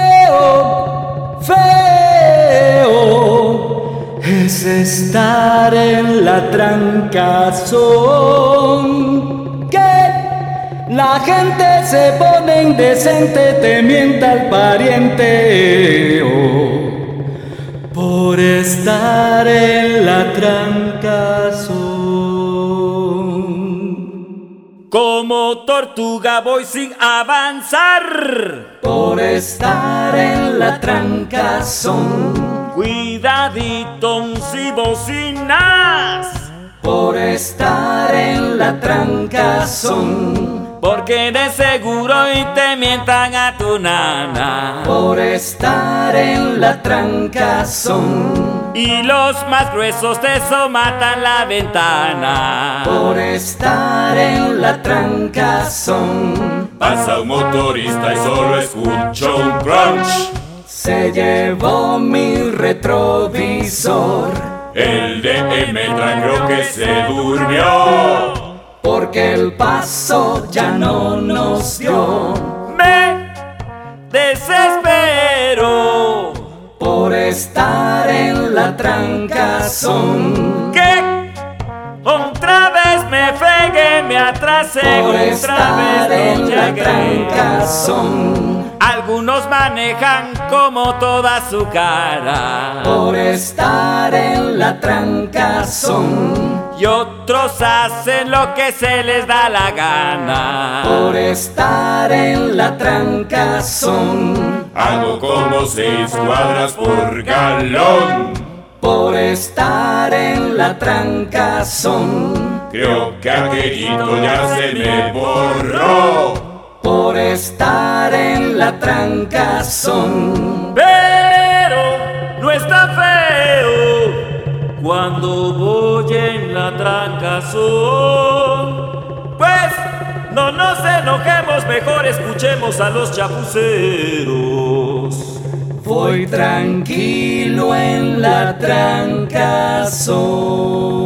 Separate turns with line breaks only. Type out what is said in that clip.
Feo, feo es estar en la trancazón. Que la gente se pone indecente, te mienta al pariente. oh, por estar en la trancazón.
Como tortuga voy sin avanzar.
Por estar en la trancazón.
Cuidadito si bocinas.
Por estar en la trancazón.
Porque de seguro y te mientan a tu nana.
Por estar en la trancazón.
Y los más gruesos te somatan la ventana.
Por estar en la trancazón.
Pasa un motorista y solo escucho un crunch.
Se llevó mi retrovisor.
El DM trae, creo que se durmió.
Porque el paso ya no nos dio.
Me desespero.
Por estar en la trancazón.
Que otra vez me fregué, me atrasé,
Por
otra
estar
vez no
en la
llegué.
trancazón.
Algunos manejan como toda su cara
Por estar en la trancazón.
y otros hacen lo que se les da la gana.
Por estar en la trancazón.
Hago como seis cuadras por galón.
Por estar en la trancazón.
Creo que aquellito ya se me borró.
Por estar en la trancazón.
Pero no está feo cuando voy en la trancazón. Pues no nos enojemos, mejor escuchemos a los chapuceros.
Voy tranquilo en la trancazón.